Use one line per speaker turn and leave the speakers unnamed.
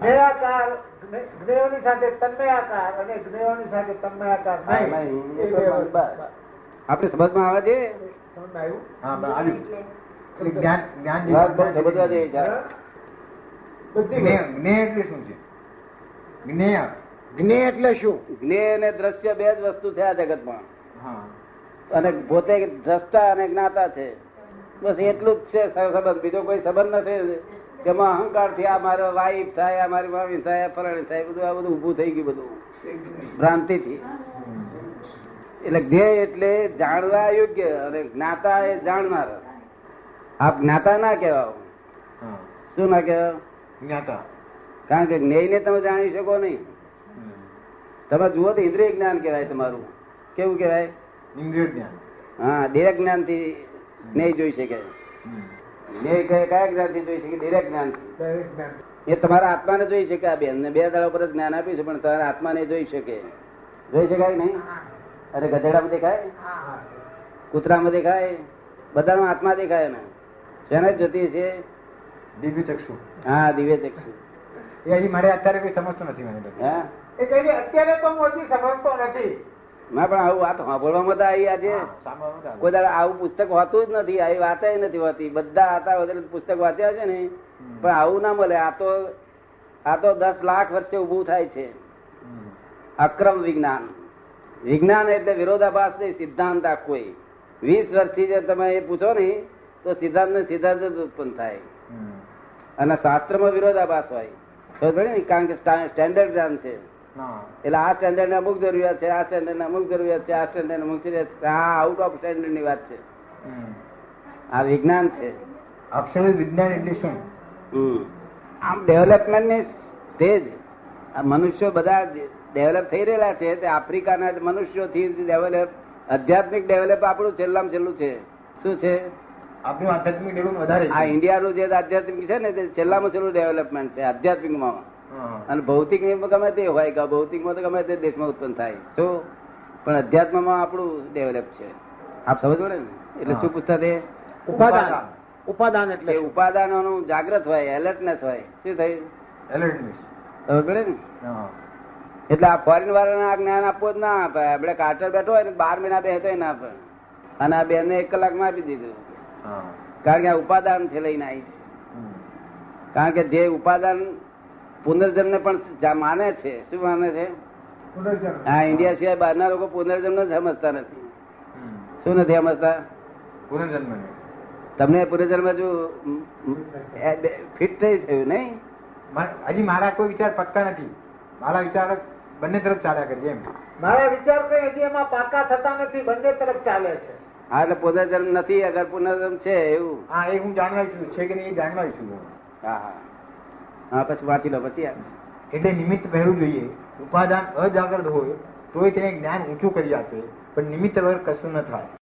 જ્ઞેયાકાર જ્ઞે- જ્ઞેયોની સાથે તન્મયાકાર અને જ્ઞેયોની સાથે તન્મયાકાર નહીં.
હા, નહીં.
એ બે
બસ. આપણે સમજમાં આવે છે
સમજ આવ્યું
હા બસ આવ્યું એટલે જ્ઞાન જ્ઞાન
વાત બહુ સમજવા જેવી છે
બધી
જ્ઞેય જ્ઞેય એટલે શું છે જ્ઞેય
જ્ઞેય એટલે શું
જ્ઞેય અને દ્રશ્ય બે જ વસ્તુ છે આ જગતમાં
હા
અને પોતે દ્રષ્ટા અને જ્ઞાતા છે બસ એટલું જ છે સંબંધ બીજો કોઈ સંબંધ નથી તેમાં અહંકાર થી આ મારો વાઈફ થાય આ મારી મામી થાય આ ફલાણી થાય બધું આ બધું ઊભું થઈ ગયું બધું ભ્રાંતિ થી એટલે ધ્યેય એટલે જાણવા યોગ્ય અને જ્ઞાતા એ જાણનાર આપ જ્ઞાતા ના કહેવાઓ
હા
શું ના કહેવાઓ
જ્ઞાતા
કારણ કે જ્ઞેયને તમે જાણી શકો નહીં
હમ.
તમે જુઓ તો ઇન્દ્રિય જ્ઞાન કહેવાય તમારું કેવું કહેવાય
ઇન્દ્રિય જ્ઞાન
હા દેહ જ્ઞાનથી જ્ઞેય જોઈ શકે
હમ.
બે કયા કયા જ્ઞાનથી જોઈ શકે direct જ્ઞાનથી.
દરેક જ્ઞાન.
એ તમારા આત્માને જોઈ શકે આ બેનને બે દાડા પર જ જ્ઞાન આપ્યું છે પણ તમારા આત્માને જોઈ શકે જોઈ શકાય કે નહીં અરે ગધેડામાં દેખાય
હા, હા.
કૂતરામાં દેખાય બધાનો આત્મા દેખાય ને શેને જતી છે
દિવ્ય ચક્ષુ
હા દિવ્ય ચક્ષુ
એ હજી મારે અત્યારે કોઈ સમજતો નથી મને બધું
હા
એ કહીને અત્યારે તો હું હજી સમજતો નથી
ના પણ આવું વાત સાંભળવામાં તો આવી આજે
હા, સાંભળવાનું ચાલે.
કોઈ દાડા આવું પુસ્તક હોતું જ નથી આવી વાતે નથી હોતી બધા હતા વગેરે પુસ્તક વાંચ્યા છે ને પણ આવું ના મળે આ તો આ તો દસ લાખ વર્ષે ઉભું થાય છે
હમ.
અક્રમ વિજ્ઞાન વિજ્ઞાન એટલે વિરોધાભાસ નહીં સિદ્ધાંત આખો એ. વીસ વર્ષથી જે તમે એ પૂછો ને તો સિદ્ધાંત ને સિદ્ધાંત જ ઉત્પન્ન થાય
હમ.
અને શાસ્ત્રમાં વિરોધાભાસ હોય ખબર પડી ને કારણ કે સ્ટા- સ્ટાન્ડર્ડ જ્ઞાન છે
ના
એટલે આ સ્ટાન્ડર્ડ અમુક જરૂરિયાત છે આ સ્ટાન્ડર્ડ અમુક જરૂરિયાત છે આ સ્ટાન્ડર્ડ અમુક જરૂરિયાત છે. આ આઉટ ઓફ સ્ટાન્ડર્ડ ની વાત છે
હમ.
આ વિજ્ઞાન છે
અક્ષર વિજ્ઞાન એટલે શું
હમ. આમ ડેવલપમેન્ટ ની સ્ટેજ આ મનુષ્યો બધા ડેવલપ થઈ રહેલા છે તે આફ્રિકાના મનુષ્યોથી ડેવલપ આધ્યાત્મિક ડેવલપ આપણું છેલ્લામાં છેલ્લું છે શું છે
આપણું આધ્યાત્મિક ડેવલપ વધારે છે.
આ ઇન્ડિયાનું જે આધ્યાત્મિક છે ને તે છેલ્લામાં છેલ્લું ડેવલપમેન્ટ છે આધ્યાત્મિકમાં
હા.
અને ભૌતિક ગમે તે હોય કે ભૌતિકમાં તો ગમે તે દેશમાં ઉત્પન્ન થાય શું પણ અધ્યાત્મમાં આપણું ડેવલપ છે આપ સમજો ને એટલે શું પૂછતા તે
ઉપાદાન ઉપાદાન એટલે
એ
શું?
ઉપાદાનોનું જાગ્રત હોય એલર્ટનેસ હોય શું થયું
Alertness.
સમજ પડે ને
હા.
એટલે આ ફોરેન વાળાને આ જ્ઞાન આપવું જ ના આપે આપણે કાર્ટર બેઠો હોય ને બાર મહિના બેસતો ના આપે અને આ બેનને એક કલાકમાં આપી દીધું
હા.
કારણ કે આ ઉપાદાન છે લઈને આવી છે
હમ.
કારણ કે જે ઉપાદાન પુનર્જન્મને પણ જા- માને છે શું માને છે
પુનર્જન્મ
આ ઇન્ડિયા સિવાય બહારના લોકો પુનર્જન્મ જ સમજતા નથી
હમ.
શું નથી સમજતા
પુનર્જન્મને.
તમને પુનર્જન્મ હજુ ફિટ નહીં થયું નહીં
મારે- હજી મારા કોઈ વિચાર પક્કા નથી મારા વિચાર બંને તરફ ચાલ્યા કરીએ એમ
મારા વિચાર કઈ હજી એમાં પાકા થતા નથી બંને તરફ ચાલે છે
હા એટલે પુનર્જન્મ નથી અગર પુનર્જન્મ છે એવું
હા એ હું જાણવા ઈચ્છું છું. છે કે નહીં એ જાણવા ઈચ્છું છું
હા હા હા પછી વાંચી લો પછી આ.
એટલે નિમિત્ત પહેલું જોઈએ ઉપાદાન અજાગ્રત હોય તોય તેને જ્ઞાન ઊંચું કરી આપે પણ નિમિત્ત વગર કશું ન થાય